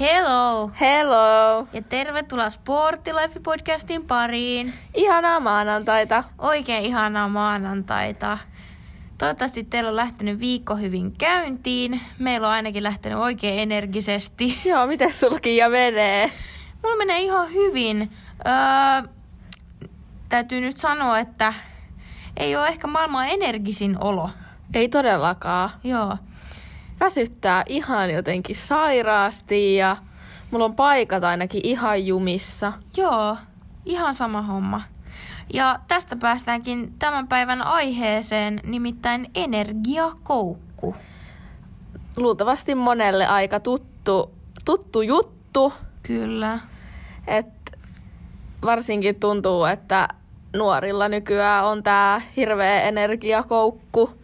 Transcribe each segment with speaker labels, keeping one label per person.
Speaker 1: Hello!
Speaker 2: Hello!
Speaker 1: Ja tervetuloa Sporttilife-podcastin pariin.
Speaker 2: Ihanaa maanantaita.
Speaker 1: Oikein ihanaa maanantaita. Toivottavasti teillä on lähtenyt viikko hyvin käyntiin. Meillä on ainakin lähtenyt oikein energisesti.
Speaker 2: Joo, miten sulki ja menee?
Speaker 1: Mulla menee ihan hyvin. Öö, täytyy nyt sanoa, että ei ole ehkä maailman energisin olo.
Speaker 2: Ei todellakaan.
Speaker 1: Joo.
Speaker 2: Väsyttää ihan jotenkin sairaasti ja mulla on paikat ainakin ihan jumissa.
Speaker 1: Joo, ihan sama homma. Ja tästä päästäänkin tämän päivän aiheeseen, nimittäin energiakoukku.
Speaker 2: Luultavasti monelle aika tuttu, tuttu juttu.
Speaker 1: Kyllä.
Speaker 2: Et varsinkin tuntuu, että nuorilla nykyään on tää hirveä energiakoukku.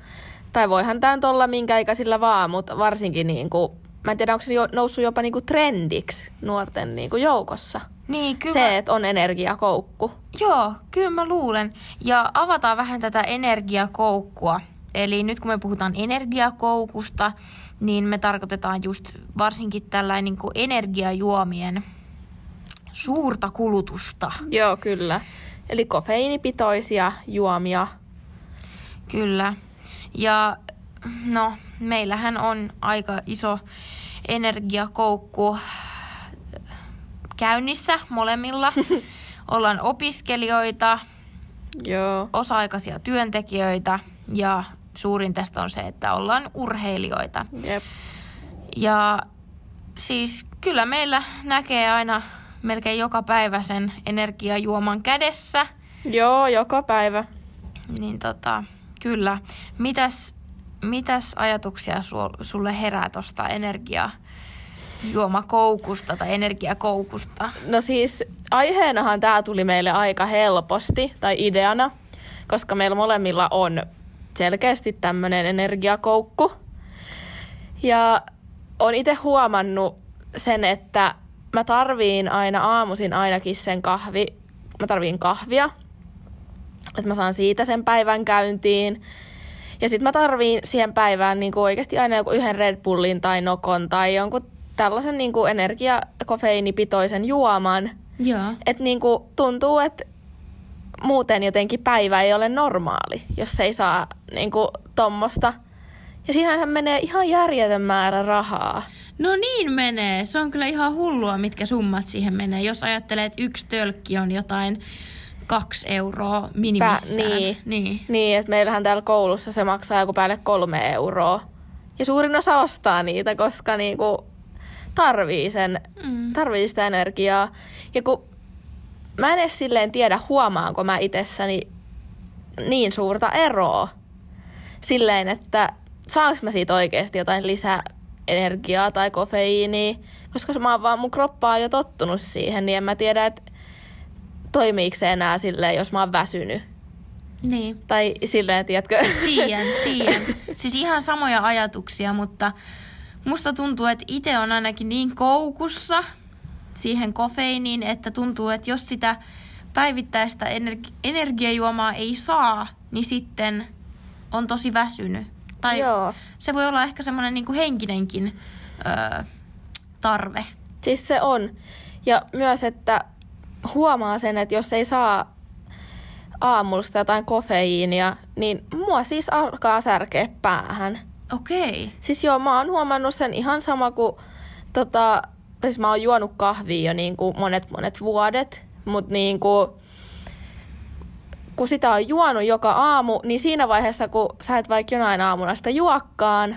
Speaker 2: Tai voihan tää nyt olla minkä ikäisillä vaan, mutta varsinkin niinku, mä en tiedä, onko se jo, noussut jopa niinku trendiksi nuorten niinku joukossa.
Speaker 1: Niin, kyllä.
Speaker 2: Kyllä. Se, että on energiakoukku.
Speaker 1: Joo, kyllä mä luulen. Ja avataan vähän tätä energiakoukkua. Eli nyt kun me puhutaan energiakoukusta, niin me tarkoitetaan just varsinkin tällainen niin kuin energiajuomien suurta kulutusta.
Speaker 2: Joo, kyllä. Eli kofeiinipitoisia juomia.
Speaker 1: Kyllä. Ja no, meillähän on aika iso energiakoukku äh, käynnissä molemmilla. Ollaan opiskelijoita,
Speaker 2: Joo.
Speaker 1: osa-aikaisia työntekijöitä ja suurin tästä on se, että ollaan urheilijoita.
Speaker 2: Jep.
Speaker 1: Ja siis kyllä meillä näkee aina melkein joka päivä sen energiajuoman kädessä.
Speaker 2: Joo, joka päivä.
Speaker 1: Niin tota, kyllä. Mitäs, mitäs ajatuksia suol, sulle herää tuosta energiajuomakoukusta tai energiakoukusta?
Speaker 2: No siis aiheenahan tämä tuli meille aika helposti, tai ideana, koska meillä molemmilla on selkeästi tämmöinen energiakoukku. Ja on itse huomannut sen, että mä tarviin aina aamuisin ainakin sen kahvi, mä tarviin kahvia, että mä saan siitä sen päivän käyntiin. Ja sit mä tarviin siihen päivään niin oikeasti aina joku yhden Red Bullin tai Nokon tai jonkun tällaisen niin energiakofeiinipitoisen juoman.
Speaker 1: Joo.
Speaker 2: Että niin tuntuu, että muuten jotenkin päivä ei ole normaali, jos ei saa niin kuin, tommosta. Ja siihenhän menee ihan järjetön määrä rahaa.
Speaker 1: No niin menee. Se on kyllä ihan hullua, mitkä summat siihen menee. Jos ajattelee, että yksi tölkki on jotain kaksi euroa minimissään.
Speaker 2: niin.
Speaker 1: niin.
Speaker 2: Niin, että meillähän täällä koulussa se maksaa joku päälle kolme euroa. Ja suurin osa ostaa niitä, koska niinku tarvii, sen,
Speaker 1: Mm.
Speaker 2: tarvii sitä energiaa. Ja kun mä en edes silleen tiedä, huomaanko mä itsessäni niin suurta eroa. Silleen, että saanko mä siitä oikeasti jotain lisää energiaa tai kofeiiniä. Koska mä oon vaan, mun kroppa on jo tottunut siihen, niin en mä tiedä, että toimiiko se enää silleen, jos mä oon väsynyt.
Speaker 1: Niin.
Speaker 2: Tai silleen, tiedätkö?
Speaker 1: Tiedän, tiedän. Siis ihan samoja ajatuksia, mutta musta tuntuu, että itse on ainakin niin koukussa siihen kofeiniin, että tuntuu, että jos sitä päivittäistä energi- energiajuomaa ei saa, niin sitten on tosi väsynyt. Tai
Speaker 2: Joo.
Speaker 1: se voi olla ehkä semmoinen niinku henkinenkin öö, tarve.
Speaker 2: Siis se on. Ja myös, että huomaa sen, että jos ei saa aamulla sitä jotain kofeiinia, niin mua siis alkaa särkeä päähän.
Speaker 1: Okei. Okay.
Speaker 2: Siis joo, mä oon huomannut sen ihan sama kuin, tota, tai siis mä oon juonut kahvia jo niin kuin monet monet vuodet, mutta niin kuin, kun sitä on juonut joka aamu, niin siinä vaiheessa, kun sä et vaikka jonain aamuna sitä juokkaan,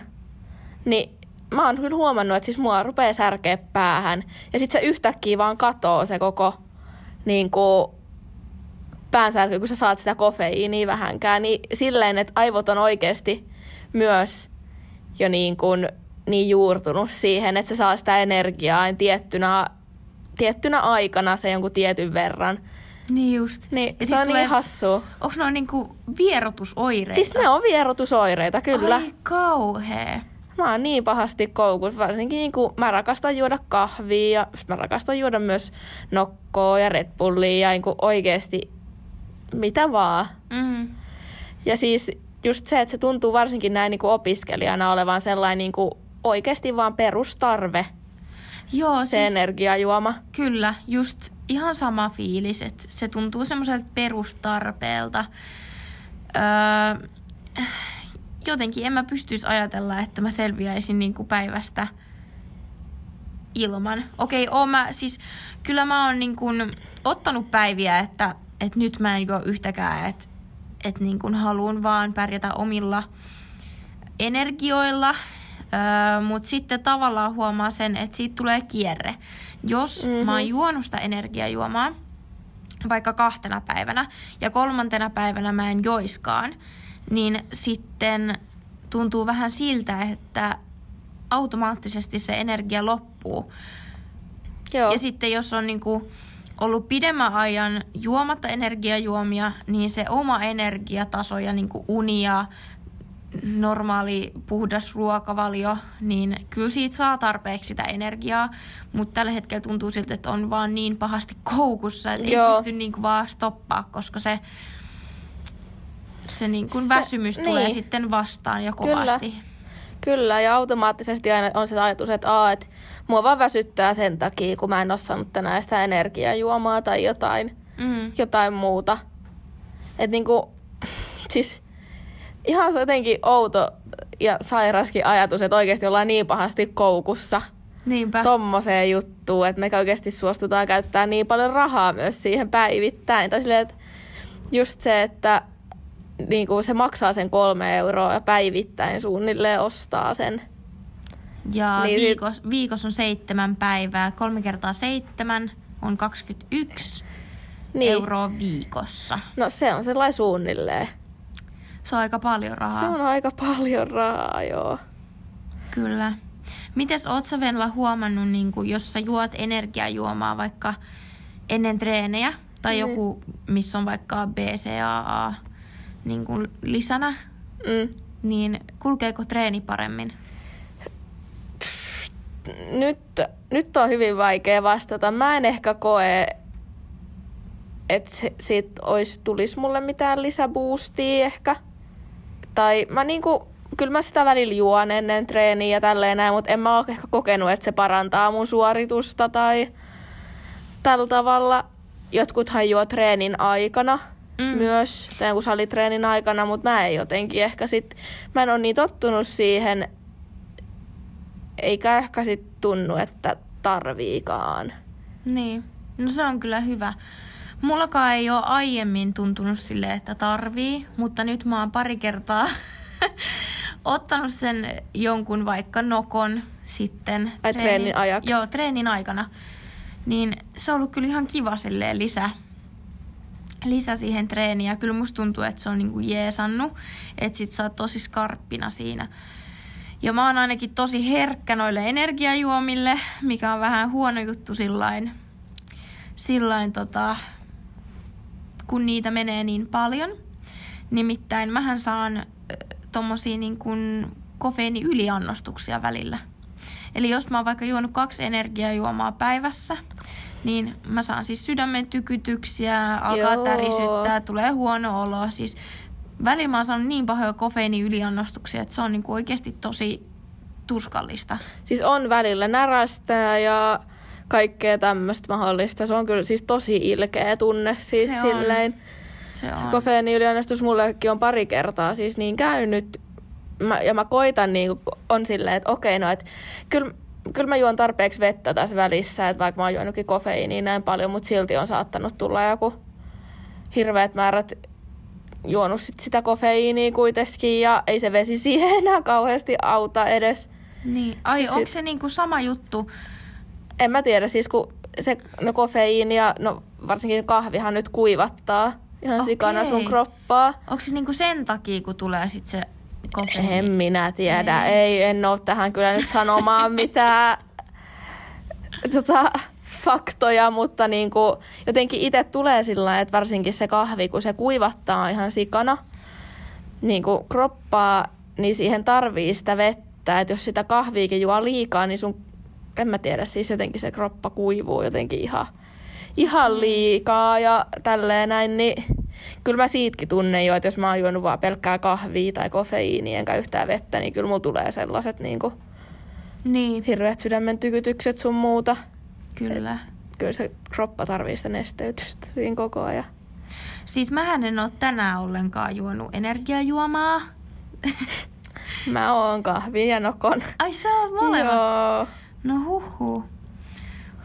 Speaker 2: niin mä oon kyllä huomannut, että siis mua rupeaa särkeä päähän. Ja sit se yhtäkkiä vaan katoo se koko niin kuin, päänsärky, kun sä saat sitä kofeiinia vähänkään, niin silleen, että aivot on oikeasti myös jo niin, kuin, niin juurtunut siihen, että se saa sitä energiaa aina tiettynä, tiettynä aikana se jonkun tietyn verran.
Speaker 1: Niin just.
Speaker 2: Niin
Speaker 1: ja
Speaker 2: se on
Speaker 1: tulee,
Speaker 2: niin hassua.
Speaker 1: Onko noin niinku vierotusoireita?
Speaker 2: Siis ne on vierotusoireita, kyllä.
Speaker 1: Ai kauhea.
Speaker 2: Mä oon niin pahasti koukussa, varsinkin niin kuin mä rakastan juoda kahvia ja sit mä rakastan juoda myös nokkoa ja Red Bullia ja niin kuin oikeesti mitä vaan.
Speaker 1: Mm.
Speaker 2: Ja siis just se, että se tuntuu niinku varsinkin näin niin kuin opiskelijana olevan sellainen niin kuin oikeasti vaan niinku perustarve.
Speaker 1: Joo,
Speaker 2: se siis...
Speaker 1: siis
Speaker 2: energiajuoma.
Speaker 1: kyllä, just ihan sama fiilis, että se tuntuu semmoiselta perustarpeelta. Öö, jotenkin en mä pystyisi ajatella, että mä selviäisin niin kuin päivästä ilman. Okei, oon mä, siis kyllä mä oon niin kuin ottanut päiviä, että, että nyt mä en ole yhtäkään, että, että niin kuin haluan vaan pärjätä omilla energioilla, öö, mutta sitten tavallaan huomaa sen, että siitä tulee kierre. Jos mm-hmm. mä oon juonut sitä energiajuomaa vaikka kahtena päivänä ja kolmantena päivänä mä en joiskaan, niin sitten tuntuu vähän siltä, että automaattisesti se energia loppuu.
Speaker 2: Joo.
Speaker 1: Ja sitten jos on niinku ollut pidemmän ajan juomatta energiajuomia, niin se oma energiataso ja niinku uni ja normaali puhdas ruokavalio, niin kyllä siitä saa tarpeeksi sitä energiaa, mutta tällä hetkellä tuntuu siltä, että on vaan niin pahasti koukussa, että ei
Speaker 2: Joo.
Speaker 1: pysty niinku vaan stoppaa, koska se, se niinku
Speaker 2: Se-
Speaker 1: väsymys tulee
Speaker 2: niin.
Speaker 1: sitten vastaan ja
Speaker 2: Kyllä.
Speaker 1: kovasti.
Speaker 2: Kyllä, ja automaattisesti aina on se ajatus, että, aa, että mua vaan väsyttää sen takia, kun mä en ole saanut tänään sitä energiajuomaa tai jotain,
Speaker 1: Mm.
Speaker 2: jotain muuta. Että niinku, siis ihan se jotenkin outo ja sairaskin ajatus, että oikeasti ollaan niin pahasti koukussa
Speaker 1: Niinpä.
Speaker 2: tommoseen juttuun, että me oikeasti suostutaan käyttää niin paljon rahaa myös siihen päivittäin. Tai silleen, että just se, että niin kuin se maksaa sen kolme euroa ja päivittäin suunnilleen ostaa sen.
Speaker 1: Ja
Speaker 2: Niin
Speaker 1: niin
Speaker 2: sit-
Speaker 1: viikos, viikos on seitsemän päivää. Kolme kertaa seitsemän on 21 niin. euroa viikossa.
Speaker 2: No se on sellainen suunnilleen.
Speaker 1: Se on aika paljon rahaa.
Speaker 2: Se on aika paljon rahaa, joo.
Speaker 1: Kyllä. Mites oot sä Venla huomannut, niin kun, jos sä juot energiajuomaa vaikka ennen treenejä tai
Speaker 2: Niin.
Speaker 1: joku, missä on vaikka BCAA niin kun lisänä,
Speaker 2: Mm.
Speaker 1: niin kulkeeko treeni paremmin?
Speaker 2: Nyt, nyt on hyvin vaikea vastata. Mä en ehkä koe, että se- siitä olisi, tulisi mulle mitään lisäboostia ehkä. Tai mä niinku, kyllä mä sitä välillä juon ennen treeniä ja tälleen näin, mutta en mä ole ehkä kokenut, että se parantaa mun suoritusta tai tällä tavalla. Jotkuthan juo treenin aikana
Speaker 1: Mm.
Speaker 2: mm. myös, tai jonkun salitreenin aikana, mutta mä en jotenkin ehkä sit, mä en ole niin tottunut siihen, eikä ehkä sit tunnu, että tarviikaan.
Speaker 1: Niin, no se on kyllä hyvä. Mullakaan ei ole aiemmin tuntunut sille, että tarvii, mutta nyt mä oon pari kertaa ottanut sen jonkun vaikka nokon sitten.
Speaker 2: Ai treenin ajaksi?
Speaker 1: Joo, treenin aikana. Niin se on ollut kyllä ihan kiva silleen lisä, lisä siihen treeniin ja kyllä musta tuntuu, että se on niinku jeesannut, että sit sä oot tosi skarppina siinä. Ja mä oon ainakin tosi herkkä noille energiajuomille, mikä on vähän huono juttu sillain, sillain tota, kun niitä menee niin paljon. Nimittäin mähän saan ö, tommosia niin kuin kofeiiniyliannostuksia välillä. Eli jos mä oon vaikka juonut kaksi energiajuomaa päivässä, niin mä saan siis sydämen tykytyksiä, alkaa
Speaker 2: Joo.
Speaker 1: tärisyttää, tulee huono olo. Siis välillä mä oon saanut niin pahoja kofeiiniyliannostuksia, että se on niin kuin oikeasti tosi tuskallista.
Speaker 2: Siis on välillä närästää ja kaikkea tämmöistä mahdollista. Se on kyllä siis tosi ilkeä tunne siis
Speaker 1: Se on.
Speaker 2: silleen.
Speaker 1: Se
Speaker 2: Se
Speaker 1: on.
Speaker 2: kofeiiniyliannostus mullekin on pari kertaa siis niin käynyt. Mä, ja mä koitan, niin on silleen, että okei, no että kyllä, kyllä mä juon tarpeeksi vettä tässä välissä, että vaikka mä oon juonutkin kofeiiniä näin paljon, mutta silti on saattanut tulla joku hirveät määrät juonut sit sitä kofeiiniä kuitenkin ja ei se vesi siihen enää kauheasti auta edes.
Speaker 1: Niin. Ai,
Speaker 2: Ja
Speaker 1: onko
Speaker 2: sit-
Speaker 1: se niinku sama juttu?
Speaker 2: En mä tiedä, siis kun se, no kofeiini ja no, varsinkin kahvihan nyt kuivattaa ihan
Speaker 1: Okei.
Speaker 2: sikana sun kroppaa.
Speaker 1: Onko se niinku sen takia, kun tulee sit se kofeiini? Niin.
Speaker 2: En minä tiedä,
Speaker 1: Ei.
Speaker 2: ei, ei en oo tähän kyllä nyt sanomaan mitään tota, faktoja, mutta niinku, jotenkin itse tulee sillä lailla, että varsinkin se kahvi, kun se kuivattaa ihan sikana, niin kuin kroppaa, niin siihen tarvii sitä vettä. Että jos sitä kahviikin juo liikaa, niin sun, en mä tiedä, siis jotenkin se kroppa kuivuu jotenkin ihan, ihan liikaa ja tälleen näin, niin kyllä mä siitäkin tunnen jo, että jos mä oon juonut vaan pelkkää kahvia tai kofeiiniä enkä yhtään vettä, niin kyllä mulla tulee sellaiset niin kuin
Speaker 1: Niin,
Speaker 2: Hirveät sydämen tykytykset sun muuta.
Speaker 1: kyllä.
Speaker 2: Kyllä se kroppa tarvii sitä nesteytystä siinä koko ajan.
Speaker 1: Siis mähän en ole tänään ollenkaan juonut energiajuomaa.
Speaker 2: Mä oon kahvin ja nokon.
Speaker 1: Ai sä oot molemmat.
Speaker 2: Joo.
Speaker 1: No huhu.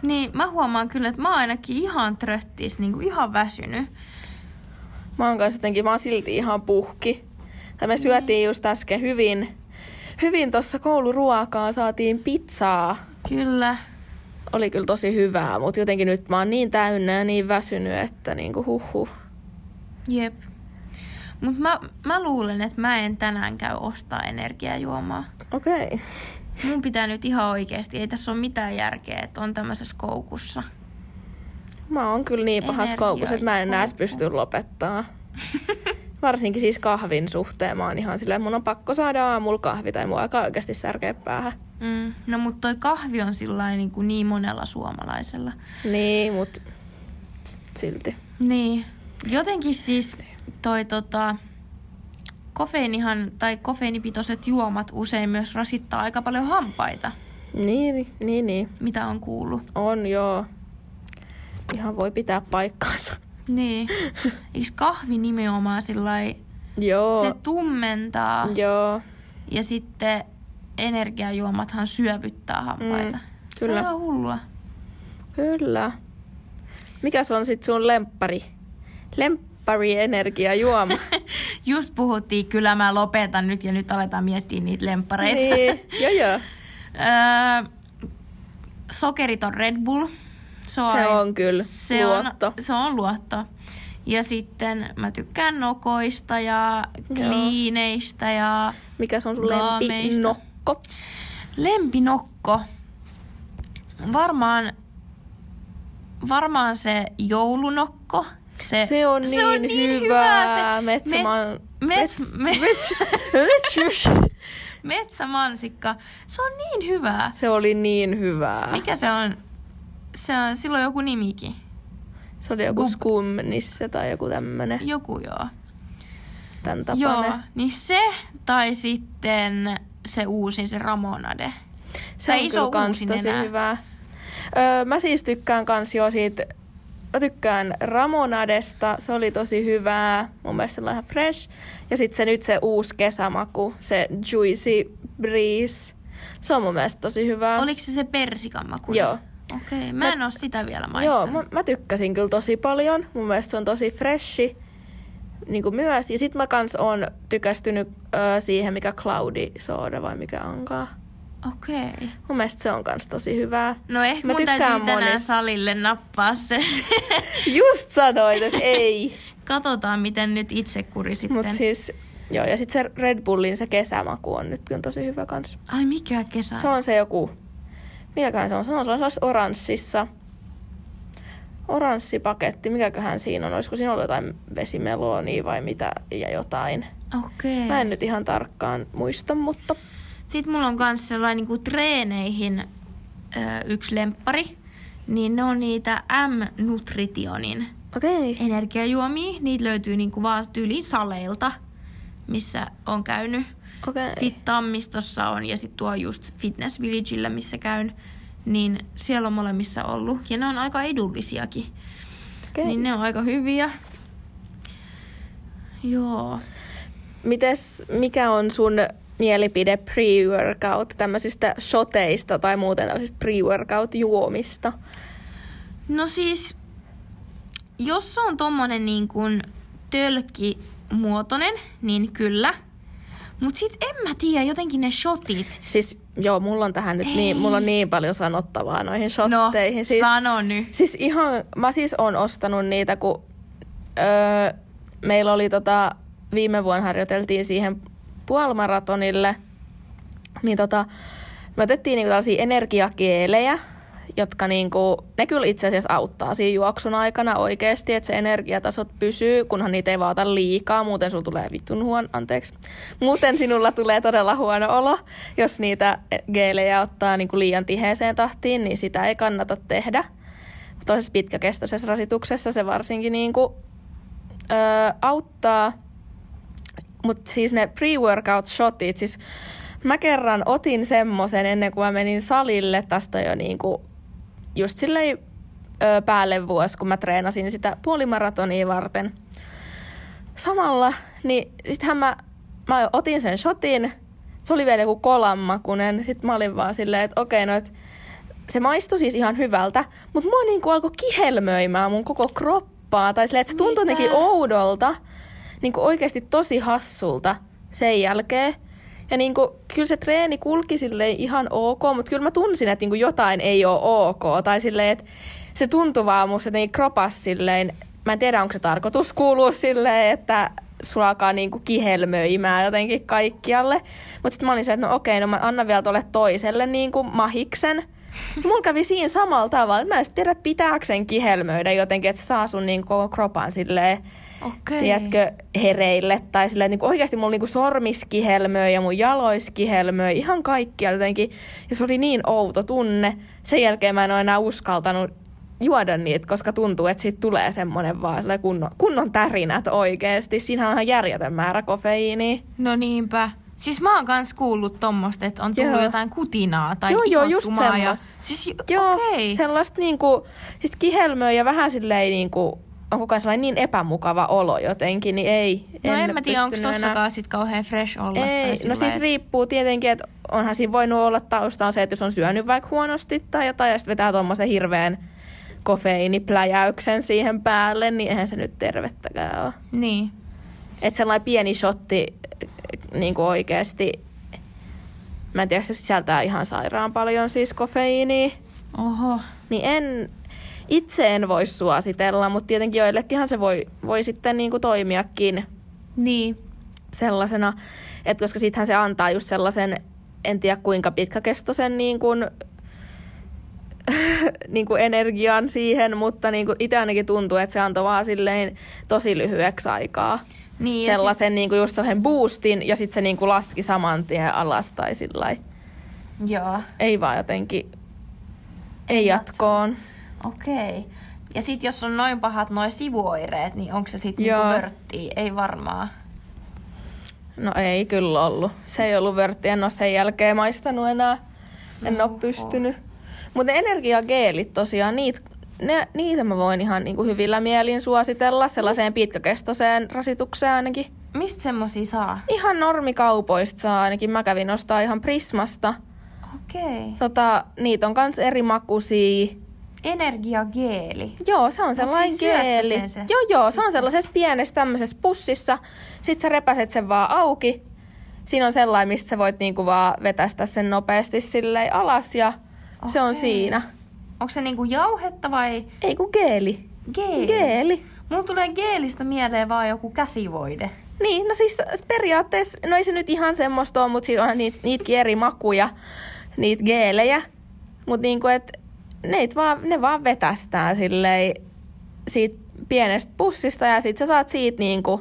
Speaker 1: Niin, mä huomaan kyllä, että mä oon ainakin ihan tröttis, niin kuin ihan väsynyt.
Speaker 2: Mä oon kanssa jotenkin, mä oon silti ihan puhki. Tai me syötiin just äsken hyvin, hyvin tuossa kouluruokaa, saatiin pizzaa.
Speaker 1: Kyllä.
Speaker 2: Oli kyllä tosi hyvää, mutta jotenkin nyt mä oon niin täynnä ja niin väsynyt, että niinku huhu.
Speaker 1: Jep. Mut mä, mä luulen, että mä en tänään käy ostaa energiajuomaa.
Speaker 2: Okei. Okay.
Speaker 1: Mun pitää nyt ihan oikeesti, ei tässä ole mitään järkeä, että on tämmöisessä koukussa.
Speaker 2: Mä oon kyllä niin pahas
Speaker 1: Energiaa
Speaker 2: koukussa, että mä en
Speaker 1: ei
Speaker 2: edes pysty lopettaa. Varsinkin siis kahvin suhteen mä oon ihan silleen, mun on pakko saada aamulla kahvi tai mua alkaa oikeasti särkeä päähän.
Speaker 1: Mm. No mut toi kahvi on sillain niin, kuin niin monella suomalaisella.
Speaker 2: Niin, mut silti.
Speaker 1: Niin. Jotenkin siis toi tota, kofeiinihan tai kofeiinipitoiset juomat usein myös rasittaa aika paljon hampaita,
Speaker 2: Niin, niin, niin.
Speaker 1: mitä on kuullut.
Speaker 2: On joo. Ihan voi pitää paikkaansa.
Speaker 1: Niin. Eikö kahvi nimenomaan sillai,
Speaker 2: Joo.
Speaker 1: se tummentaa
Speaker 2: Joo.
Speaker 1: ja sitten energiajuomathan syövyttää hampaita.
Speaker 2: Mm,
Speaker 1: Se
Speaker 2: kyllä.
Speaker 1: on ihan hullua.
Speaker 2: Kyllä. Mikä se on sit sun lemppari? Lemppari energiajuoma.
Speaker 1: Just puhuttiin, kyllä mä lopetan nyt ja nyt aletaan miettiä niitä lemppareita.
Speaker 2: niin. Joo, joo.
Speaker 1: Öö, sokeriton Red Bull. Se on,
Speaker 2: Se on kyllä
Speaker 1: se
Speaker 2: luotto.
Speaker 1: On, se on luotto. Ja sitten mä tykkään nokoista ja
Speaker 2: Joo.
Speaker 1: kliineistä ja
Speaker 2: Mikä se on sun lempi
Speaker 1: Gaameista.
Speaker 2: nokko?
Speaker 1: lempinokko. Varmaan, varmaan se joulunokko. Se,
Speaker 2: Se on
Speaker 1: se
Speaker 2: niin,
Speaker 1: on niin
Speaker 2: hyvä.
Speaker 1: hyvä. Se,
Speaker 2: Metsämaan...
Speaker 1: mets, mets,
Speaker 2: mets, mets, mets.
Speaker 1: metsämansikka. Se on niin hyvää.
Speaker 2: Se oli niin hyvää.
Speaker 1: Mikä se on? Se on silloin joku nimikin.
Speaker 2: Se oli joku
Speaker 1: Gub-
Speaker 2: skumnisse tai joku tämmönen.
Speaker 1: Joku joo.
Speaker 2: Tän tapainen.
Speaker 1: Joo, niin se tai sitten se uusin, se Ramonade.
Speaker 2: Se
Speaker 1: Tai
Speaker 2: on
Speaker 1: iso
Speaker 2: kyllä kans
Speaker 1: uusin
Speaker 2: tosi
Speaker 1: enää.
Speaker 2: hyvää. Öö, mä siis tykkään kans jo siitä, mä tykkään Ramonadesta, se oli tosi hyvää, mun mielestä se oli ihan fresh. Ja sitten se nyt se uusi kesämaku, se Juicy Breeze, se on mun mielestä tosi hyvää.
Speaker 1: Oliko se se persikan maku?
Speaker 2: Ah. Joo.
Speaker 1: Okei, okay, mä en oo sitä vielä
Speaker 2: Joo,
Speaker 1: maistanut.
Speaker 2: mä, mä tykkäsin kyllä tosi paljon, mun mielestä se on tosi freshi. Niin kuin myös. Ja sit mä kans oon tykästynyt öö, siihen, mikä Cloudy Soda vai mikä onkaan.
Speaker 1: Okei. Okay.
Speaker 2: Mun mielestä se on kans tosi hyvää.
Speaker 1: No ehkä
Speaker 2: Mä
Speaker 1: mun täytyy
Speaker 2: tykkään
Speaker 1: tänään
Speaker 2: monista.
Speaker 1: salille nappaa se.
Speaker 2: Just sanoit, että ei.
Speaker 1: Katsotaan, miten nyt itsekuri sitten.
Speaker 2: Mut siis, joo, ja sit se Red Bullin se kesämaku on nyt kyllä tosi hyvä kans.
Speaker 1: Ai mikä kesä?
Speaker 2: Se on se joku, mikäköhän se on, se on sellaisessa oranssissa. Oranssipaketti, mikäköhän siinä on, olisiko siinä ollut jotain vesimelonia vai mitä ja jotain.
Speaker 1: Okei.
Speaker 2: Mä
Speaker 1: Okay.
Speaker 2: en nyt ihan tarkkaan muista, mutta
Speaker 1: Sitten mulla on myös sellainen niin kuin treeneihin ö, yksi lemppari. Niin ne on niitä M-nutritionin
Speaker 2: okei. Okay.
Speaker 1: energiajuomia. Niitä löytyy niinku vaan tyyliin saleilta, missä on käynyt.
Speaker 2: Okei.
Speaker 1: Fit Tammistossa on ja sitten tuo just Fitness Villageillä, missä käyn. Niin siellä on molemmissa ollut. Ja ne on aika edullisiakin.
Speaker 2: Okei.
Speaker 1: Niin ne on aika hyviä. Joo.
Speaker 2: Mites, mikä on sun mielipide pre-workout, tämmöisistä shoteista tai muuten tällaisista pre-workout-juomista?
Speaker 1: No siis, jos se on tommonen niin kuin tölkkimuotoinen, niin kyllä. Mut sit en mä tiedä, jotenkin ne shotit.
Speaker 2: Siis joo, mulla on tähän nyt niin,
Speaker 1: Ei.
Speaker 2: mulla on niin paljon sanottavaa noihin shotteihin.
Speaker 1: No,
Speaker 2: siis,
Speaker 1: sano nyt.
Speaker 2: siis ihan, mä siis oon ostanut niitä, kun öö, meillä oli tota, viime vuonna harjoiteltiin siihen puolimaratonille, niin tota, me otettiin niinku tällaisia energiakielejä, jotka niinku, ne kyllä itse asiassa auttaa siinä juoksun aikana oikeasti, että se energiatasot pysyy, kunhan niitä ei vaata liikaa, muuten sulla tulee vitun huono, anteeksi. Muuten sinulla tulee todella huono olo, jos niitä geelejä ottaa niinku liian tiheeseen tahtiin, niin sitä ei kannata tehdä. Toisessa pitkäkestoisessa rasituksessa se varsinkin niinku, öö, auttaa, mutta siis ne pre-workout shotit, siis Mä kerran otin semmosen ennen kuin mä menin salille. Tästä jo niinku just silleen ö, päälle vuosi, kun mä treenasin sitä puolimaratonia varten. Samalla, niin sittenhän mä, mä otin sen shotin. Se oli vielä joku kolanmakunen. Sitten mä olin vaan silleen, että okei, no et se maistui siis ihan hyvältä, mutta mua niinku alkoi kihelmöimään mun koko kroppaa. Tai silleen, että se tuntui
Speaker 1: Mitä?
Speaker 2: jotenkin oudolta, niinku oikeasti tosi hassulta sen jälkeen. Ja niinku, kyllä se treeni kulki silleen ihan ok, mutta kyllä mä tunsin, että niinku jotain ei ole ok. Tai silleen, että se tuntui vaan musta jotenkin kropas silleen, mä en tiedä onko se tarkoitus kuuluu silleen, että sulla alkaa niinku kihelmöimään jotenkin kaikkialle. Mutta sitten mä olin se, että no okei, no mä annan vielä tuolle toiselle niinku mahiksen. Mulla kävi siinä samalla tavalla. Mä en sit tiedä, että pitääkö sen kihelmöidä jotenkin, että se saa sun niinku koko kropan silleen
Speaker 1: Okei.
Speaker 2: tiedätkö, hereille. Tai silleen, niin oikeasti mulla niin sormiskihelmöi ja mun jaloiskihelmöi, ihan kaikkia jotenkin. Ja se oli niin outo tunne. Sen jälkeen mä en ole enää uskaltanut juoda niitä, koska tuntuu, että siitä tulee semmoinen vaan sellainen kunnon, kunnon tärinät oikeasti. Siinähän on ihan järjetön määrä kofeiiniä.
Speaker 1: No niinpä. Siis mä oon kans kuullut tommosta, että on tullut
Speaker 2: Joo.
Speaker 1: jotain kutinaa tai
Speaker 2: Joo, joo, just
Speaker 1: ihottumaa ja...
Speaker 2: semmo-
Speaker 1: Siis
Speaker 2: Joo,
Speaker 1: okei. Okay.
Speaker 2: sellaista niinku, siis kihelmöä ja vähän silleen niinku, on koko ajan sellainen niin epämukava olo jotenkin, niin ei.
Speaker 1: No en, mä tiedä, onko
Speaker 2: pystynyt enää.
Speaker 1: tossakaan sit kauhean fresh olla. tai
Speaker 2: Ei,
Speaker 1: sillä
Speaker 2: no siis
Speaker 1: et-
Speaker 2: riippuu tietenkin, että onhan siinä voinut olla taustaan se, että jos on syönyt vaikka huonosti tai jotain ja sitten vetää tuommoisen hirveän kofeiinipläjäyksen siihen päälle, niin eihän se nyt tervettäkään ole.
Speaker 1: Niin.
Speaker 2: Että sellainen pieni shotti niin kuin oikeasti, mä en tiedä, se sisältää ihan sairaan paljon siis kofeiiniä,
Speaker 1: Oho.
Speaker 2: niin en, itse en voi suositella, mutta tietenkin joillekinhan se voi, voi sitten niin kuin toimiakin
Speaker 1: Niin.
Speaker 2: sellaisena, että koska sittenhän se antaa just sellaisen, en tiedä kuinka pitkäkestoisen niin kuin, niin kuin energian siihen, mutta niin kuin itse ainakin tuntuu, että se antoi vaan silleen tosi lyhyeksi aikaa.
Speaker 1: Niin, ja
Speaker 2: sellaisen niin kuin just sellaisen boostin ja sitten se niin kuin laski saman tien alas tai sillä
Speaker 1: sit- Joo.
Speaker 2: Ei vaan jotenkin, ei,
Speaker 1: Ei
Speaker 2: jatkoon.
Speaker 1: Okei. Okay. Ja sit jos on noin pahat noin sivuoireet, niin onko se sit niinku
Speaker 2: Joo.
Speaker 1: vörttiä? Ei varmaan.
Speaker 2: No ei kyllä ollut. Se ei ollut vörtti, en ole sen jälkeen maistanut enää. En ole pystynyt. Mutta ne energiageelit tosiaan, niit, ne, niitä mä voin ihan niinku hyvillä mielin suositella sellaiseen pitkäkestoiseen rasitukseen ainakin.
Speaker 1: Mistä semmosia saa?
Speaker 2: Ihan normikaupoista saa ainakin. Mä kävin ostaa ihan Prismasta.
Speaker 1: Okei. Okay.
Speaker 2: Tota, niitä on kans eri makuisia.
Speaker 1: Energiageeli.
Speaker 2: Joo, se on
Speaker 1: Mut
Speaker 2: sellainen
Speaker 1: siis syöt sä
Speaker 2: geeli.
Speaker 1: sen se
Speaker 2: joo, joo, se
Speaker 1: sitten?
Speaker 2: on sellaisessa pienessä tämmöisessä pussissa. Sitten sä repäset sen vaan auki. Siinä on sellainen, mistä sä voit niinku vaan vetästä sen nopeasti silleen alas ja okay. se on
Speaker 1: Okei.
Speaker 2: siinä.
Speaker 1: Onko se niinku jauhetta vai
Speaker 2: Ei kun geeli.
Speaker 1: geeli?
Speaker 2: Geeli.
Speaker 1: Mulla tulee geelistä mieleen vaan joku käsivoide.
Speaker 2: Niin, no siis periaatteessa, no ei se nyt ihan siis semmoista ole, mutta siinä on niitä, niitäkin eri makuja, niitä geelejä. Mutta niinku, et neit vaan, ne vaan vetästään silleen siitä pienestä pussista ja sit sä saat siitä niinku,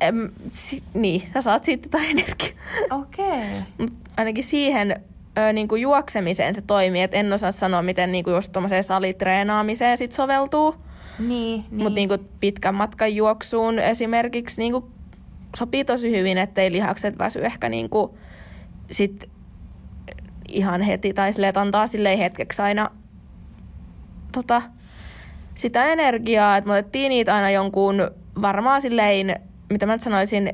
Speaker 2: em, si, niin, sä saat siitä jotain energiaa.
Speaker 1: Okei. Okay.
Speaker 2: Mut ainakin siihen ö, niinku juoksemiseen se toimii, että en osaa sanoa, miten niinku just tommoseen salitreenaamiseen sit soveltuu.
Speaker 1: Niin, niin.
Speaker 2: Niin. Mutta niinku pitkän matkan juoksuun esimerkiksi niinku sopii tosi hyvin, ettei lihakset väsy ehkä niinku sit ihan heti tai silleen, että antaa silleen hetkeksi aina tota, sitä energiaa. Et me otettiin niitä aina jonkun varmaan silleen, mitä mä nyt sanoisin,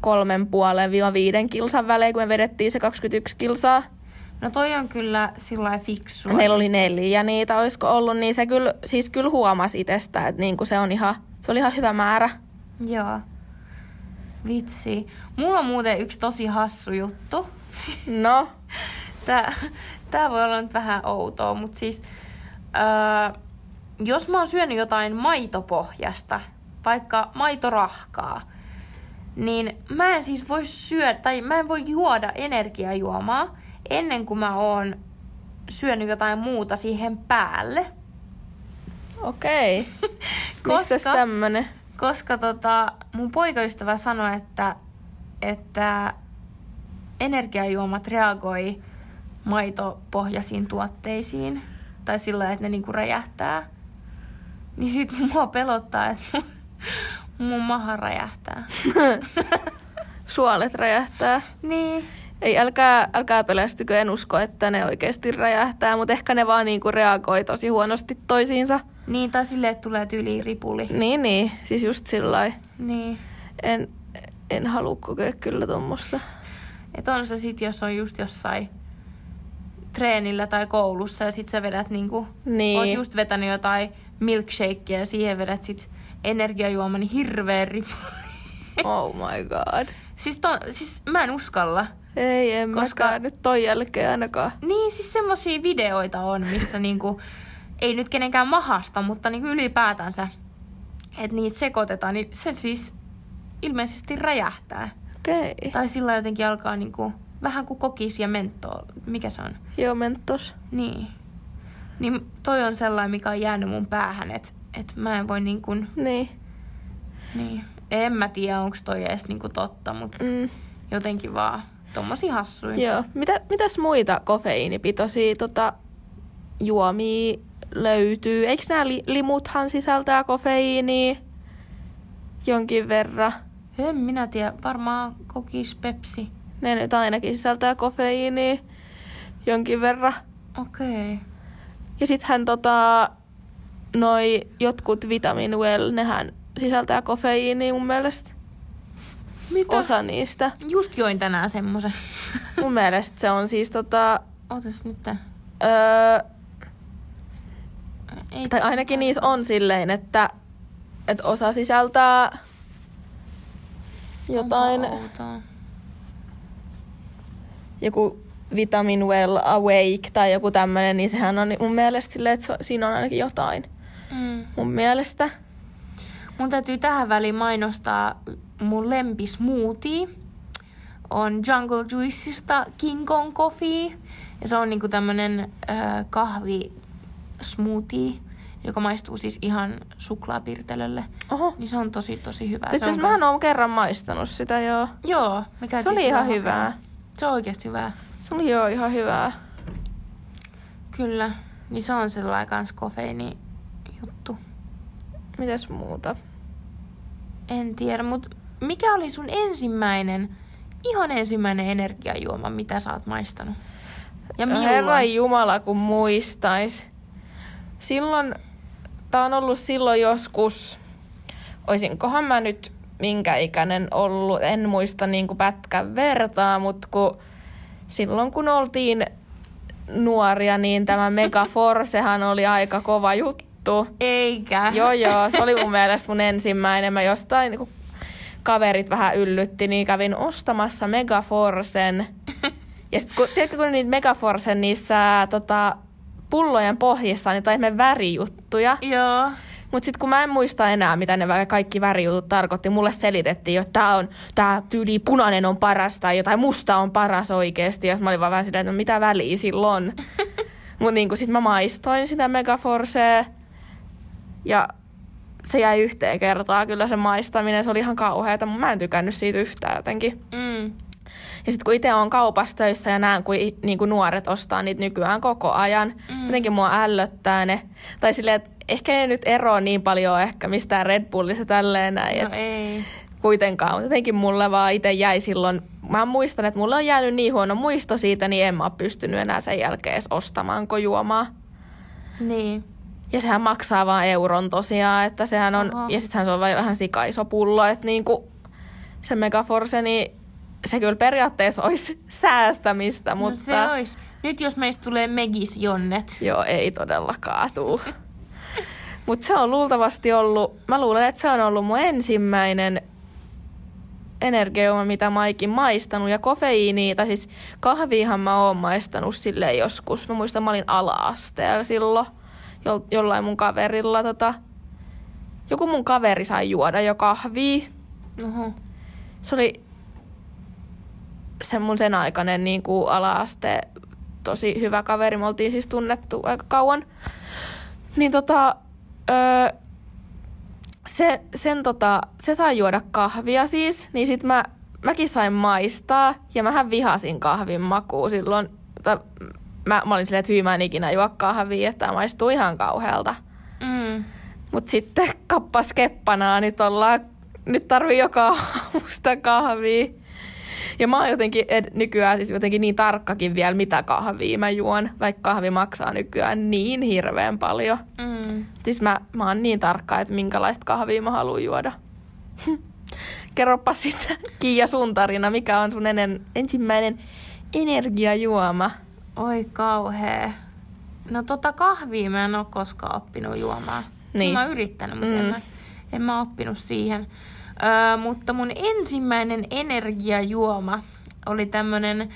Speaker 2: kolmen puolen viiva viiden kilsan välein, kun me vedettiin se 21 kilsaa.
Speaker 1: No toi on kyllä sillä lailla fiksua.
Speaker 2: Meillä oli neljä niitä, olisiko ollut, niin se kyllä, siis kyllä huomasi itsestä, että niin kuin se, on ihan, se oli ihan hyvä määrä.
Speaker 1: Joo. Vitsi. Mulla on muuten yksi tosi hassu juttu.
Speaker 2: No,
Speaker 1: Tää, tää voi olla nyt vähän outoa, mutta siis öö, jos mä oon syönyt jotain maitopohjasta, vaikka maitorahkaa, niin mä en siis voi syödä, tai mä en voi juoda energiajuomaa ennen kuin mä oon syönyt jotain muuta siihen päälle.
Speaker 2: okei. Mistäs tämmönen?
Speaker 1: koska tota, mun poikaystävä sanoi, että, että energiajuomat reagoi maitopohjaisiin tuotteisiin. Tai sillä lailla, että ne niinku räjähtää. Niin sit mua pelottaa, että mun, mun maha räjähtää.
Speaker 2: suolet räjähtää.
Speaker 1: Niin.
Speaker 2: Ei, älkää, älkää pelästykö, en usko, että ne oikeasti räjähtää, mutta ehkä ne vaan niinku reagoi tosi huonosti toisiinsa.
Speaker 1: Niin, tai silleen, että tulee tyyliin ripuli.
Speaker 2: Niin, niin, siis just sillä lailla.
Speaker 1: Niin.
Speaker 2: En, en halua kokea kyllä tuommoista.
Speaker 1: Et on se sit, jos on just jossain treenillä tai koulussa ja sit sä vedät niinku,
Speaker 2: Niin.
Speaker 1: oot just vetänyt jotain milkshakea ja siihen vedät sit energiajuoman niin hirveen ripuli.
Speaker 2: Oh my god.
Speaker 1: Siis, ton, siis mä en uskalla.
Speaker 2: Ei, en
Speaker 1: Koska-
Speaker 2: Koska... mäkään nyt ton jälkeen ainakaan.
Speaker 1: Niin, siis semmosia videoita on, missä niinku, ei nyt kenenkään mahasta, mutta niinku ylipäätänsä, että niitä sekoitetaan, niin se siis ilmeisesti räjähtää.
Speaker 2: Okei. Okay.
Speaker 1: Tai sillä jotenkin alkaa niinku, vähän kuin kokis ja mentoo, mikä se on?
Speaker 2: Joo, mentos.
Speaker 1: Niin. Niin toi on sellainen, mikä on jäänyt mun päähän, että et mä en voi niin kuin,
Speaker 2: Niin.
Speaker 1: niin. En mä tiedä, onko toi edes niin kuin totta, mutta
Speaker 2: Mm.
Speaker 1: jotenkin vaan tommosia hassuja.
Speaker 2: Joo. Mitä, mitäs muita kofeiinipitoisia tota, juomia löytyy? Eikö nämä li- limuthan sisältää kofeiinia jonkin verran?
Speaker 1: En minä tiedä, varmaan kokis, pepsi.
Speaker 2: Ne nyt ainakin sisältää kofeiinia jonkin verran.
Speaker 1: Okei. Okay.
Speaker 2: Ja sittenhän tota, noi jotkut vitamin well, nehän sisältää kofeiinia mun mielestä.
Speaker 1: Mitä?
Speaker 2: Osa niistä.
Speaker 1: Just join tänään semmosen.
Speaker 2: Mun mielestä se on siis tota,
Speaker 1: Otas nyt tää.
Speaker 2: öö,
Speaker 1: Ei
Speaker 2: tai ainakin niissä on silleen, että, että osa sisältää jotain,
Speaker 1: Onpa outoa.
Speaker 2: joku vitamin well awake tai joku tämmönen, niin sehän on mun mielestä silleen, että se- siinä on ainakin jotain
Speaker 1: Mm.
Speaker 2: mun mielestä.
Speaker 1: Mun täytyy tähän väliin mainostaa mun lempismoothie. On Jungle Juiceista King Kong Coffee. Ja se on niinku tämmönen äh, kahvi smoothie, joka maistuu siis ihan suklaapirtelölle.
Speaker 2: Oho.
Speaker 1: Niin se on tosi tosi hyvä.
Speaker 2: Itse
Speaker 1: Se on
Speaker 2: asiassa mähän
Speaker 1: kans-
Speaker 2: oon kerran maistanut sitä joo.
Speaker 1: Joo, me käytiin
Speaker 2: Se oli
Speaker 1: silloin
Speaker 2: ihan
Speaker 1: hakemassa.
Speaker 2: hyvää.
Speaker 1: Se on oikeasti hyvää.
Speaker 2: Se oli joo ihan hyvää.
Speaker 1: Kyllä. Niin se on sellainen kans kofeiini juttu.
Speaker 2: Mitäs muuta?
Speaker 1: En tiedä, mutta mikä oli sun ensimmäinen, ihan ensimmäinen energiajuoma, mitä sä oot maistanut? Ja milloin?
Speaker 2: Herra Jumala, kun muistais. Silloin, tää on ollut silloin joskus, oisinkohan mä nyt minkä ikäinen ollut, en muista niin kuin pätkän vertaa, mutta kun, silloin kun oltiin nuoria, niin tämä Megaforsehan oli aika kova juttu.
Speaker 1: Eikä.
Speaker 2: Joo, joo, se oli mun mielestä mun ensimmäinen. Mä jostain, kun kaverit vähän yllytti, niin kävin ostamassa Megaforcen. Ja sitten kun, tiedätkö, kun niitä Megaforcen niissä tota, pullojen pohjissa on jotain me värijuttuja.
Speaker 1: joo.
Speaker 2: Mutta sitten kun mä en muista enää, mitä ne vä- kaikki värijutut tarkoitti, mulle selitettiin, että tämä on, tää tyyli punainen on paras tai jotain musta on paras oikeesti. Jos mä olin vaan vähän silleen, että no mitä väliä silloin. Mutta niin sitten mä maistoin sitä Megaforcea ja se jäi yhteen kertaan kyllä se maistaminen. Se oli ihan kauheata, mutta mä en tykännyt siitä yhtään jotenkin.
Speaker 1: Mm.
Speaker 2: Ja sitten kun itse on kaupassa töissä ja näen, kun niin kuin nuoret ostaa niitä nykyään koko ajan,
Speaker 1: Mm.
Speaker 2: mm. jotenkin mua ällöttää ne. Tai silleen, että ehkä ne nyt eroa niin paljon ehkä mistään Red Bullista tälleen näin.
Speaker 1: No
Speaker 2: et
Speaker 1: ei.
Speaker 2: kuitenkaan, mutta jotenkin mulle vaan itse jäi silloin, mä muistan, että mulla on jäänyt niin huono muisto siitä, niin en mä ole pystynyt enää sen jälkeen edes ostamaan kojuomaa.
Speaker 1: Niin.
Speaker 2: Ja sehän maksaa vaan euron tosiaan, että sehän on,
Speaker 1: Oho.
Speaker 2: ja sittenhän se on vaan vähän sika iso pullo, että niinku se Megaforce, niin se kyllä periaatteessa olisi säästämistä,
Speaker 1: Mutta... No
Speaker 2: mutta
Speaker 1: se ois. Nyt jos meistä tulee Megis Jonnet.
Speaker 2: joo, ei todellakaan tuu. mutta se on luultavasti ollut, mä luulen, että se on ollut mun ensimmäinen energiajuoma, mitä mä oikin maistanut, ja kofeiiniä, tai siis kahviihan mä oon maistanut silleen joskus. Mä muistan, mä olin ala-asteella silloin, jo- jollain mun kaverilla tota, joku mun kaveri sai juoda jo kahvia.
Speaker 1: Oho.
Speaker 2: Se oli sen mun sen aikainen niin kuin ala-aste tosi hyvä kaveri. Me oltiin siis tunnettu aika kauan. Niin tota, öö, se, sen tota, se sai juoda kahvia siis, niin sit mä, mäkin sain maistaa ja mähän vihasin kahvin makuu silloin. Tai Mä, mä olin silleen, että hyi mä en ikinä juo kahvia, että tää maistuu ihan kauhealta.
Speaker 1: Mm.
Speaker 2: Mut sitten kappas keppanaa, nyt ollaan, nyt tarvii joka aamu sitä kahvia. Ja mä oon jotenkin ed- nykyään siis jotenkin niin tarkkakin vielä, mitä kahvia mä juon, vaikka kahvi maksaa nykyään niin hirveän paljon.
Speaker 1: Mm.
Speaker 2: Siis mä, mä oon niin tarkka, että minkälaista kahvia mä haluan juoda. Kerropa sitten, Kiia, sun tarina. Mikä on sun enen, ensimmäinen energiajuoma?
Speaker 1: Oi kauhea. No tota kahvia mä en ole koskaan oppinut juomaan.
Speaker 2: Niin.
Speaker 1: Mä oon yrittänyt, mutta mm.
Speaker 2: Mm.
Speaker 1: en, mä, en mä oppinut siihen. Öö, mutta mun ensimmäinen energiajuoma oli tämmönen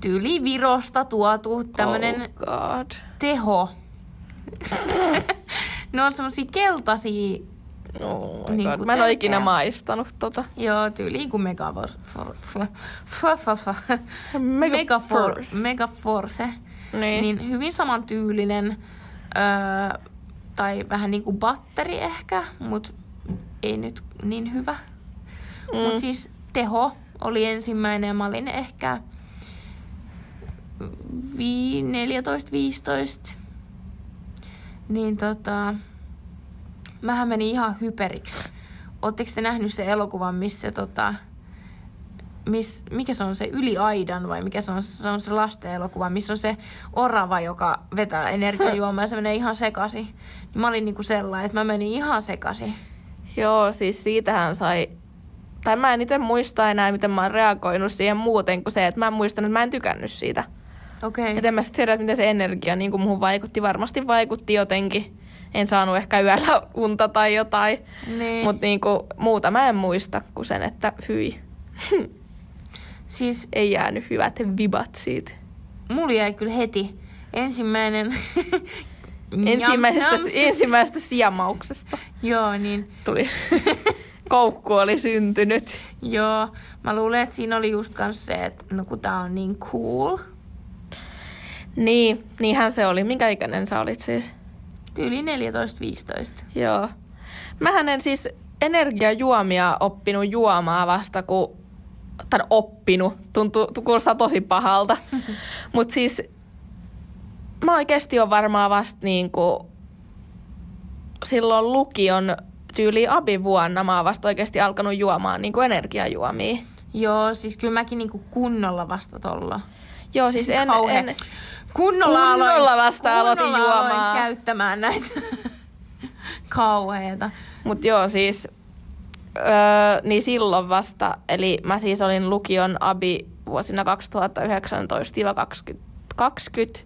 Speaker 1: tyyli Virosta tuotu tämmönen
Speaker 2: Oh god.
Speaker 1: teho. ne on semmosia keltaisia,
Speaker 2: Oh my
Speaker 1: Niin
Speaker 2: god.
Speaker 1: kuin
Speaker 2: Mä en ole ikinä
Speaker 1: tärkeä.
Speaker 2: maistanut tota.
Speaker 1: joo, tyyliin kuin megafor... For, for, for, for, for,
Speaker 2: Mega
Speaker 1: megafor,
Speaker 2: for-
Speaker 1: megaforce.
Speaker 2: Niin.
Speaker 1: Niin hyvin samantyylinen, öö, tai vähän niin kuin batteri ehkä, mutta ei nyt niin hyvä. Mm. Mutta siis teho oli ensimmäinen ja mä olin ehkä vi- 14-15. Niin tota, mähän menin ihan hyperiksi. Oletteko te nähnyt se elokuvan, missä tota, miss, mikä se on se Yli aidan vai mikä se on, se on se lasten elokuva, missä on se orava, joka vetää energiajuomaa ja se menee ihan sekasi. Niin Mä olin niinku sellainen, että mä menin ihan sekasi.
Speaker 2: Joo, siis siitähän sai... Tai mä en itse muista enää, miten mä oon reagoinut siihen muuten kuin se, että mä en muistanut, että mä en tykännyt siitä.
Speaker 1: Okei.
Speaker 2: Et en mä sit tiedä, että miten se energia niin kuin muuhun vaikutti. Varmasti vaikutti jotenkin. En saanut ehkä yöllä unta tai jotain.
Speaker 1: Niin.
Speaker 2: Mutta niin kuin, muuta mä en muista kuin sen, että hyi.
Speaker 1: Siis
Speaker 2: Ei jäänyt hyvät vibat siitä.
Speaker 1: mulla jäi kyllä heti ensimmäinen...
Speaker 2: Ensimmäisestä,
Speaker 1: Jams, jams.
Speaker 2: ensimmäisestä siamauksesta
Speaker 1: Joo, niin.
Speaker 2: tuli. Koukku oli syntynyt.
Speaker 1: Joo. Mä luulen, että siinä oli just kans se, että no kun tää on niin cool.
Speaker 2: Niin, niinhän se oli. Minkä ikäinen sä olit siis?
Speaker 1: Tyyli 14-15.
Speaker 2: Joo. Mähän en siis energiajuomia oppinut juomaa vasta kun... Tai oppinut. Tuntuu, tu- kuulostaa tosi pahalta. Mut siis mä oikeesti on varmaan vasta niinku silloin lukion tyyli abivuonna mä oon vasta oikeesti alkanut juomaan niinku energiajuomia.
Speaker 1: Joo, siis kyllä mäkin niinku kunnolla vasta tolla.
Speaker 2: Joo, siis en,
Speaker 1: Kauhe.
Speaker 2: en,
Speaker 1: kunnolla, aloin,
Speaker 2: Kunnolla vasta aloitin
Speaker 1: kunnolla
Speaker 2: juomaan.
Speaker 1: Aloin käyttämään näitä. Kauheeta.
Speaker 2: Mutta joo, siis öö, niin silloin vasta, eli mä siis olin lukion abi vuosina 2019-2020,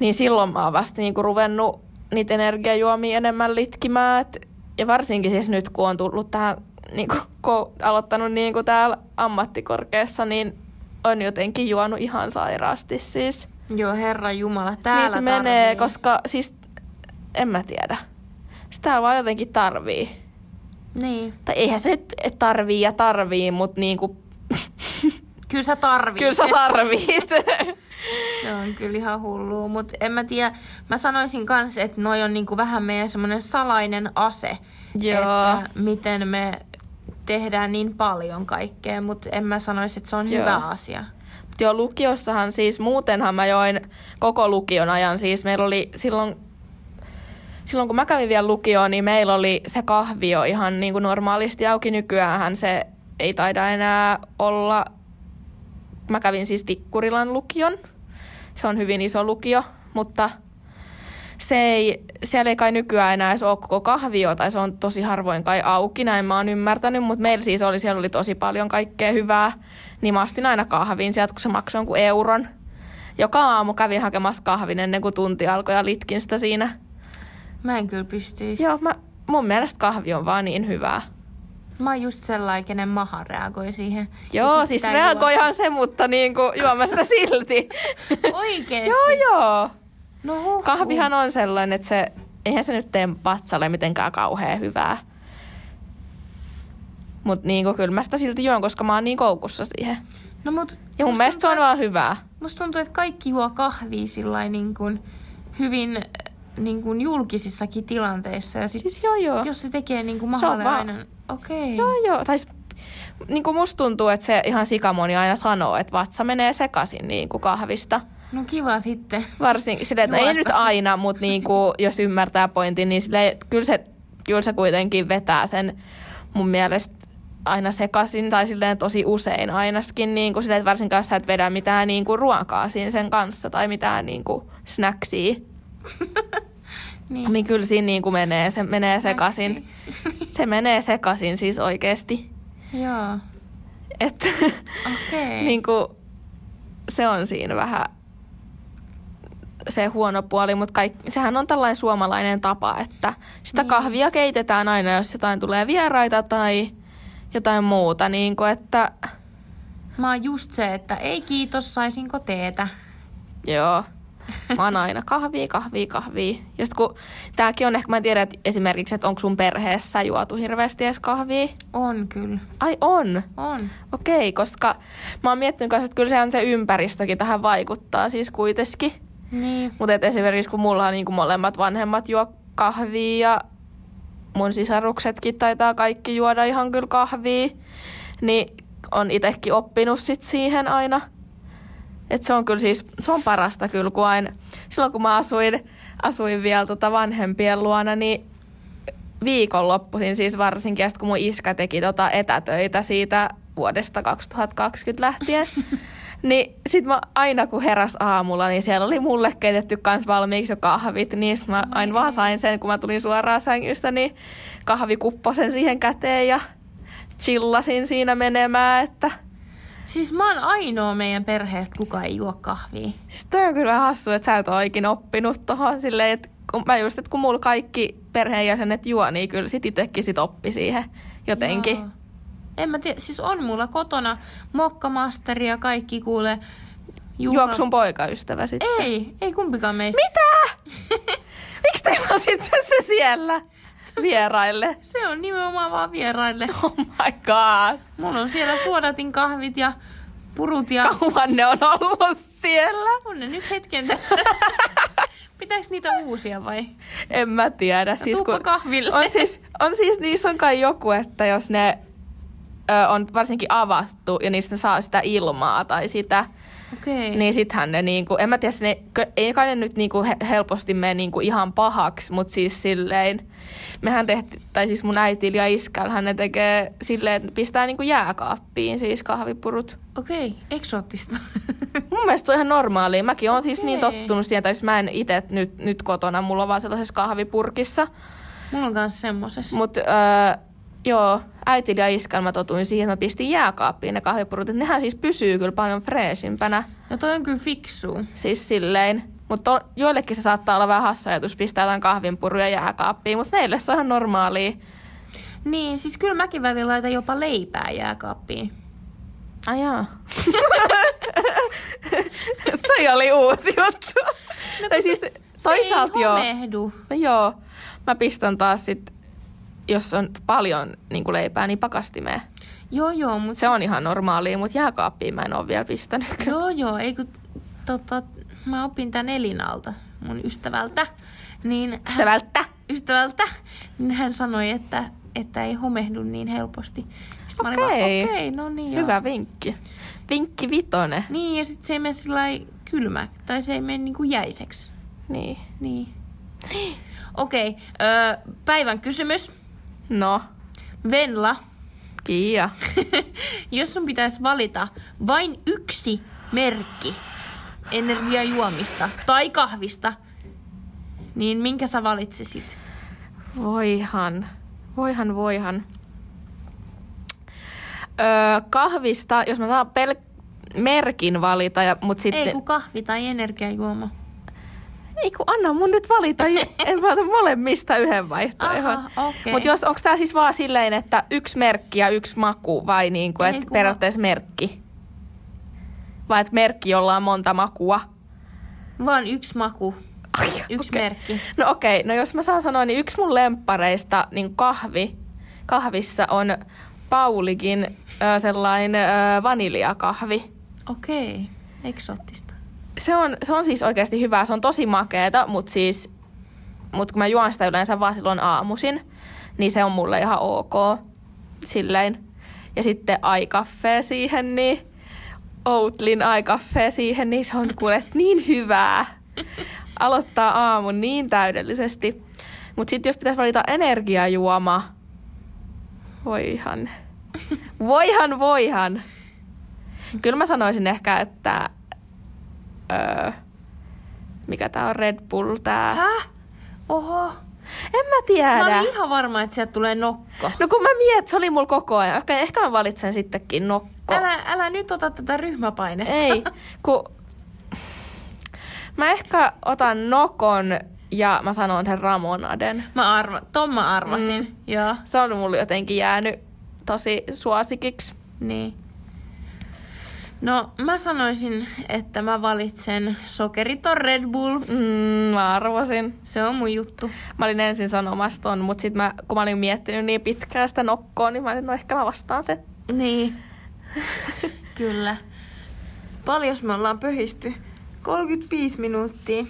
Speaker 2: niin silloin mä oon vasta niinku ruvennut niitä energiajuomia enemmän litkimään. Et, ja varsinkin siis nyt, kun on tullut tähän, niinku, kun on aloittanut niinku täällä ammattikorkeassa, niin on jotenkin juonut ihan sairaasti siis.
Speaker 1: Joo, herra Jumala,
Speaker 2: Niitä
Speaker 1: täällä
Speaker 2: menee,
Speaker 1: tarvii.
Speaker 2: koska siis en mä tiedä. Sitä vaan jotenkin tarvii.
Speaker 1: Niin.
Speaker 2: Tai eihän se nyt et tarvii ja tarvii, mutta niinku,
Speaker 1: Kyllä sä tarvit.
Speaker 2: kyllä sä tarvit.
Speaker 1: Se on kyllä ihan hullua, mutta en mä tiedä. Mä sanoisin kans, että noi on niinku vähän meidän semmoinen salainen ase.
Speaker 2: Joo.
Speaker 1: Että miten me tehdään niin paljon kaikkea, mutta en mä sanoisi, että se on
Speaker 2: Joo.
Speaker 1: hyvä asia.
Speaker 2: Mut Joo, lukiossahan siis, muutenhan mä join koko lukion ajan. Siis meillä oli silloin, silloin kun mä kävin vielä lukioon, niin meillä oli se kahvio ihan niin kuin normaalisti auki. Nykyäänhän se ei taida enää olla. Mä kävin siis Tikkurilan lukion. Se on hyvin iso lukio, mutta se ei, siellä ei kai nykyään enää edes ole koko kahvio, tai se on tosi harvoin kai auki, näin mä oon ymmärtänyt, mutta meillä siis oli, siellä oli tosi paljon kaikkea hyvää, niin mä astin aina kahvin sieltä, kun se maksoi jonkun euron. Joka aamu kävin hakemassa kahvin ennen kuin tunti alkoi ja litkin sitä siinä.
Speaker 1: Mä en kyllä pystyisi.
Speaker 2: Joo, mä, mun mielestä kahvi on vaan niin hyvää.
Speaker 1: Mä oon just sellainen, kenen maha reagoi siihen. Ja
Speaker 2: Joo,
Speaker 1: sit
Speaker 2: siis
Speaker 1: pitää juoda.
Speaker 2: reagoihan se, mutta niin kuin juoma sitä silti.
Speaker 1: Oikeesti?
Speaker 2: joo, joo.
Speaker 1: No huh,
Speaker 2: Kahvihan on sellainen, että se, eihän se nyt tee vatsalle mitenkään kauhean hyvää. Mutta niinku, kyllä mä sitä silti juon, koska mä oon niin koukussa siihen.
Speaker 1: No mut,
Speaker 2: Ja mun
Speaker 1: musta
Speaker 2: mielestä se on
Speaker 1: tuntuu,
Speaker 2: vaan hyvää.
Speaker 1: Musta tuntuu, että kaikki juo kahvia sillai niin kuin hyvin äh, niin kuin julkisissakin tilanteissa. Ja sit, niin. siis,
Speaker 2: Siis joo joo.
Speaker 1: jos se tekee niin kuin
Speaker 2: Se on
Speaker 1: mahalle
Speaker 2: vaan-
Speaker 1: aina... Okei.
Speaker 2: Joo joo. Tai niinku musta tuntuu, että se ihan sikamoni aina sanoo, että vatsa menee sekaisin niinku kahvista.
Speaker 1: No kiva sitten.
Speaker 2: Varsinkin silleen, että no ei
Speaker 1: Juosta.
Speaker 2: nyt aina, mutta niinku, jos ymmärtää pointin, niin silleen, kyllä, se, kyllä se kuitenkin vetää sen mun mielestä aina sekaisin tai silleen tosi usein ainakin, niin kuin silleen, että varsinkaan jos sä et vedä mitään niin kuin ruokaa siinä sen kanssa tai mitään niin kuin snacksia,
Speaker 1: Niin.
Speaker 2: niin. niin kyllä siinä niin kuin menee, se menee
Speaker 1: Snacksia.
Speaker 2: sekaisin. Se menee sekaisin siis oikeasti.
Speaker 1: Joo.
Speaker 2: Että
Speaker 1: Okei.
Speaker 2: niin kuin, se on siinä vähän se huono puoli, mutta kaikki, sehän on tällainen suomalainen tapa, että
Speaker 1: Niin.
Speaker 2: sitä niin. kahvia keitetään aina, jos jotain tulee vieraita tai jotain muuta, niin kuin, että
Speaker 1: Mä oon just se, että ei kiitos, saisinko teetä.
Speaker 2: joo, mä oon aina kahvia, kahvia, kahvia. Ja sit kun, tääkin on ehkä, mä en tiedä, että esimerkiksi, että onko sun perheessä juotu hirveästi edes kahvia?
Speaker 1: On kyllä.
Speaker 2: Ai on,
Speaker 1: On.
Speaker 2: okei, koska mä oon miettinyt kanssa, että kyllähän se ympäristökin tähän vaikuttaa siis kuitenkin.
Speaker 1: Niin.
Speaker 2: Mutta et esimerkiksi kun mulla on niinku molemmat vanhemmat juo kahvia ja mun sisaruksetkin taitaa kaikki juoda ihan kyllä kahvia, niin on itsekin oppinut sit siihen aina. Et se on kyllä siis, se on parasta kyllä, kun aina, silloin kun mä asuin, asuin vielä tota vanhempien luona, niin viikonloppuisin siis varsinkin, ja sit kun mun iskä teki tota etätöitä siitä vuodesta 2020 lähtien, niin sit mä aina kun heräs aamulla, niin siellä oli mulle keitetty kans valmiiksi jo kahvit, niin sit mä aina vaan sain sen, kun mä tulin suoraan sängystä, niin kahvikupposen siihen käteen ja chillasin siinä menemään, että
Speaker 1: Siis mä oon ainoa meidän perheestä, kuka ei juo kahvia.
Speaker 2: Siis toi on kyllä vähän hassu, että sä et ole ikinä oppinut tohon silleen, että kun, mä just, että kun mulla kaikki perheenjäsenet juo, niin kyllä sit itekin sit oppi siihen jotenkin.
Speaker 1: Joo. En mä tiedä, siis on mulla kotona mokkamasteri ja kaikki kuulee. Juha-
Speaker 2: Juoks sun poikaystävä sitten?
Speaker 1: Ei, ei kumpikaan meistä.
Speaker 2: Mitä? Miksi teillä on sitten se siellä vieraille?
Speaker 1: Se on nimenomaan vaan vieraille.
Speaker 2: Oh my god.
Speaker 1: Mulla on siellä suodatin kahvit ja purut ja...
Speaker 2: Kauan ne on ollut siellä?
Speaker 1: On ne nyt hetken tässä. Pitäis niitä uusia vai?
Speaker 2: En mä tiedä. Siis
Speaker 1: tuuppa kahville.
Speaker 2: On siis, on siis, niissä on kai joku, että jos ne ö, on varsinkin avattu ja niistä saa sitä ilmaa tai sitä,
Speaker 1: Okei.
Speaker 2: niin sittenhän ne, niinku, en mä tiedä, ne, kö- ei kai ne nyt niinku he- helposti mene niinku ihan pahaksi, mutta siis silleen, mehän tehtiin, tai siis mun äitillä ja iskällähän ne tekee silleen, että pistää niinku jääkaappiin siis kahvipurut.
Speaker 1: Okei, eksoottista.
Speaker 2: Mun mielestä se on ihan normaalia. Mäkin oon siis niin
Speaker 1: Okei.
Speaker 2: tottunut siihen, tai siis mä en itse nyt, nyt kotona, mulla on vaan sellaisessa kahvipurkissa.
Speaker 1: Mulla on kans semmoses.
Speaker 2: Mutta öö, joo, äitillä ja iskällä mä totuin siihen, että mä pistin jääkaappiin ne kahvipurut. Et Nehän siis pysyy kyllä paljon freesimpänä.
Speaker 1: No toi on kyllä fiksu.
Speaker 2: Siis silleen. Mutta joillekin se saattaa olla vähän hassu ajatus pistää jotain kahvinpuruja jääkaappiin, mutta meille se on ihan normaalia.
Speaker 1: Niin, siis kyllä mäkin välillä laitan jopa leipää jääkaappiin.
Speaker 2: Ai jaa. Toi oli uusi juttu. No, tai siis toisaalta
Speaker 1: se ei
Speaker 2: joo.
Speaker 1: homehdu.
Speaker 2: No joo, mä pistän taas sit, jos on paljon niin leipää, niin pakastimeen.
Speaker 1: Joo, joo, mutta
Speaker 2: Se on ihan normaalia, mutta jääkaappiin mä en ole vielä pistänyt.
Speaker 1: Joo, joo, ei kun tota, mä opin tän Elinalta, mun ystävältä. Niin hän,
Speaker 2: Sitä välttä.
Speaker 1: ystävältä, niin hän sanoi, että, että ei homehdu niin helposti. Sitten mä olin vaan, okei,
Speaker 2: Okei.
Speaker 1: okay, no niin joo.
Speaker 2: Hyvä vinkki. Vinkki vitonen.
Speaker 1: Niin, ja sit se ei mene sillä lailla kylmä, tai se ei mene niinku jäiseksi.
Speaker 2: Niin.
Speaker 1: Niin. Okei, okay, öö, päivän kysymys.
Speaker 2: No,
Speaker 1: Venla,
Speaker 2: Kiia.
Speaker 1: jos sun pitäisi valita vain yksi merkki energiajuomista tai kahvista, niin minkä sä valitsisit?
Speaker 2: Voihan. Voihan, voihan. Öö, kahvista, jos mä saan pel- merkin valita, ja, mut sitten...
Speaker 1: Ei kun kahvi tai energiajuoma.
Speaker 2: Ei kun anna mun nyt valita, ju- en mä ota molemmista yhden vaihtoehon.
Speaker 1: Aha, okei.
Speaker 2: Mutta jos, onko tämä siis vaan silleen, että yksi merkki ja yksi maku vai niin kuin,
Speaker 1: Ei,
Speaker 2: että
Speaker 1: kun mä-
Speaker 2: periaatteessa merkki? Vai että merkki, jolla on monta makua?
Speaker 1: Vaan yksi maku,
Speaker 2: Ai,
Speaker 1: yksi
Speaker 2: okei.
Speaker 1: okay. merkki.
Speaker 2: No okei, no jos mä saan sanoa, niin yksi mun lemppareista niin kahvi, kahvissa on Paulikin ö, sellainen ö, vaniljakahvi.
Speaker 1: Okei, okay. eksoottista.
Speaker 2: Se on, se on siis oikeasti hyvää, se on tosi makeeta, mutta siis, mut kun mä juon sitä yleensä vaan silloin aamuisin, niin se on mulle ihan ok. Silleen. Ja sitten aikaffee siihen, niin Outlin aikaffee siihen, niin se on kuule niin hyvää. Aloittaa aamun niin täydellisesti. Mutta sitten jos pitäisi valita energiajuoma, voi ihan. Voihan, voihan. Kyllä mä sanoisin ehkä, että... Öö, mikä tää on Red Bull tää?
Speaker 3: Äh?
Speaker 1: Häh? Oho.
Speaker 2: En mä tiedä.
Speaker 1: Mä olin ihan varma, että sieltä tulee nokko.
Speaker 2: No kun mä mietin, se oli mulla koko ajan. Ehkä, ehkä mä valitsen sittenkin nokko.
Speaker 1: Älä, älä nyt ota tätä ryhmäpainetta.
Speaker 2: Ei, kun... Mä ehkä otan nokon ja mä sanon sen Ramonaden.
Speaker 1: Mä arva, ton mä arvasin.
Speaker 2: Mm.
Speaker 1: Mm. Joo.
Speaker 2: Se on mulla jotenkin jäänyt tosi suosikiksi.
Speaker 1: Niin. No, mä sanoisin, että mä valitsen sokeriton Red Bull.
Speaker 2: Mm, mä arvasin.
Speaker 1: Se on mun juttu.
Speaker 2: Mä olin ensin sanomassa ton, mutta sit mä, kun mä olin miettinyt niin pitkään sitä nokkoa, niin mä olin, että no ehkä mä vastaan sen.
Speaker 1: Niin. Kyllä.
Speaker 3: Paljon me ollaan pöhisty? 35 minuuttia.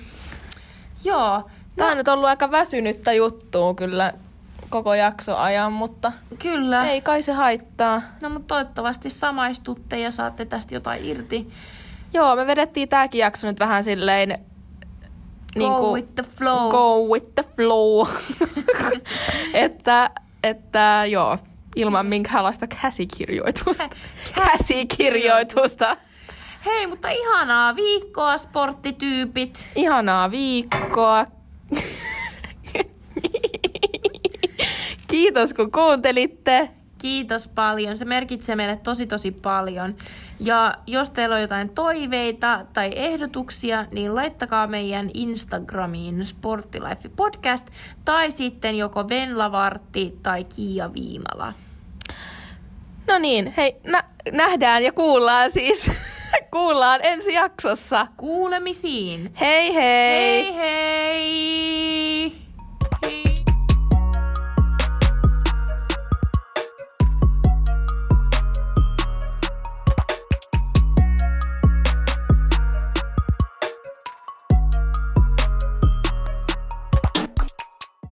Speaker 1: Joo.
Speaker 2: Tää on nyt ollut aika väsynyttä juttua kyllä koko jakso ajan, mutta
Speaker 1: Kyllä.
Speaker 2: ei kai se haittaa.
Speaker 1: No, mutta toivottavasti samaistutte ja saatte tästä jotain irti.
Speaker 2: Joo, me vedettiin tääkin jakso nyt vähän silleen... niinku,
Speaker 1: Go with the flow.
Speaker 2: Niin Go with the flow. että, että joo, ilman minkäänlaista käsikirjoitusta. käsikirjoitusta.
Speaker 1: Hei, mutta ihanaa viikkoa, sporttityypit.
Speaker 2: Ihanaa viikkoa. Kiitos kun kuuntelitte.
Speaker 1: Kiitos paljon. Se merkitsee meille tosi tosi paljon. Ja jos teillä on jotain toiveita tai ehdotuksia, niin laittakaa meidän Instagramiin Sporttilife Podcast tai sitten joko Venla Vartti tai Kiia Viimala.
Speaker 2: No niin, hei, nä- nähdään ja kuullaan siis. kuullaan ensi jaksossa.
Speaker 1: Kuulemisiin!
Speaker 2: Hei
Speaker 1: hei!
Speaker 2: hei!
Speaker 1: hei.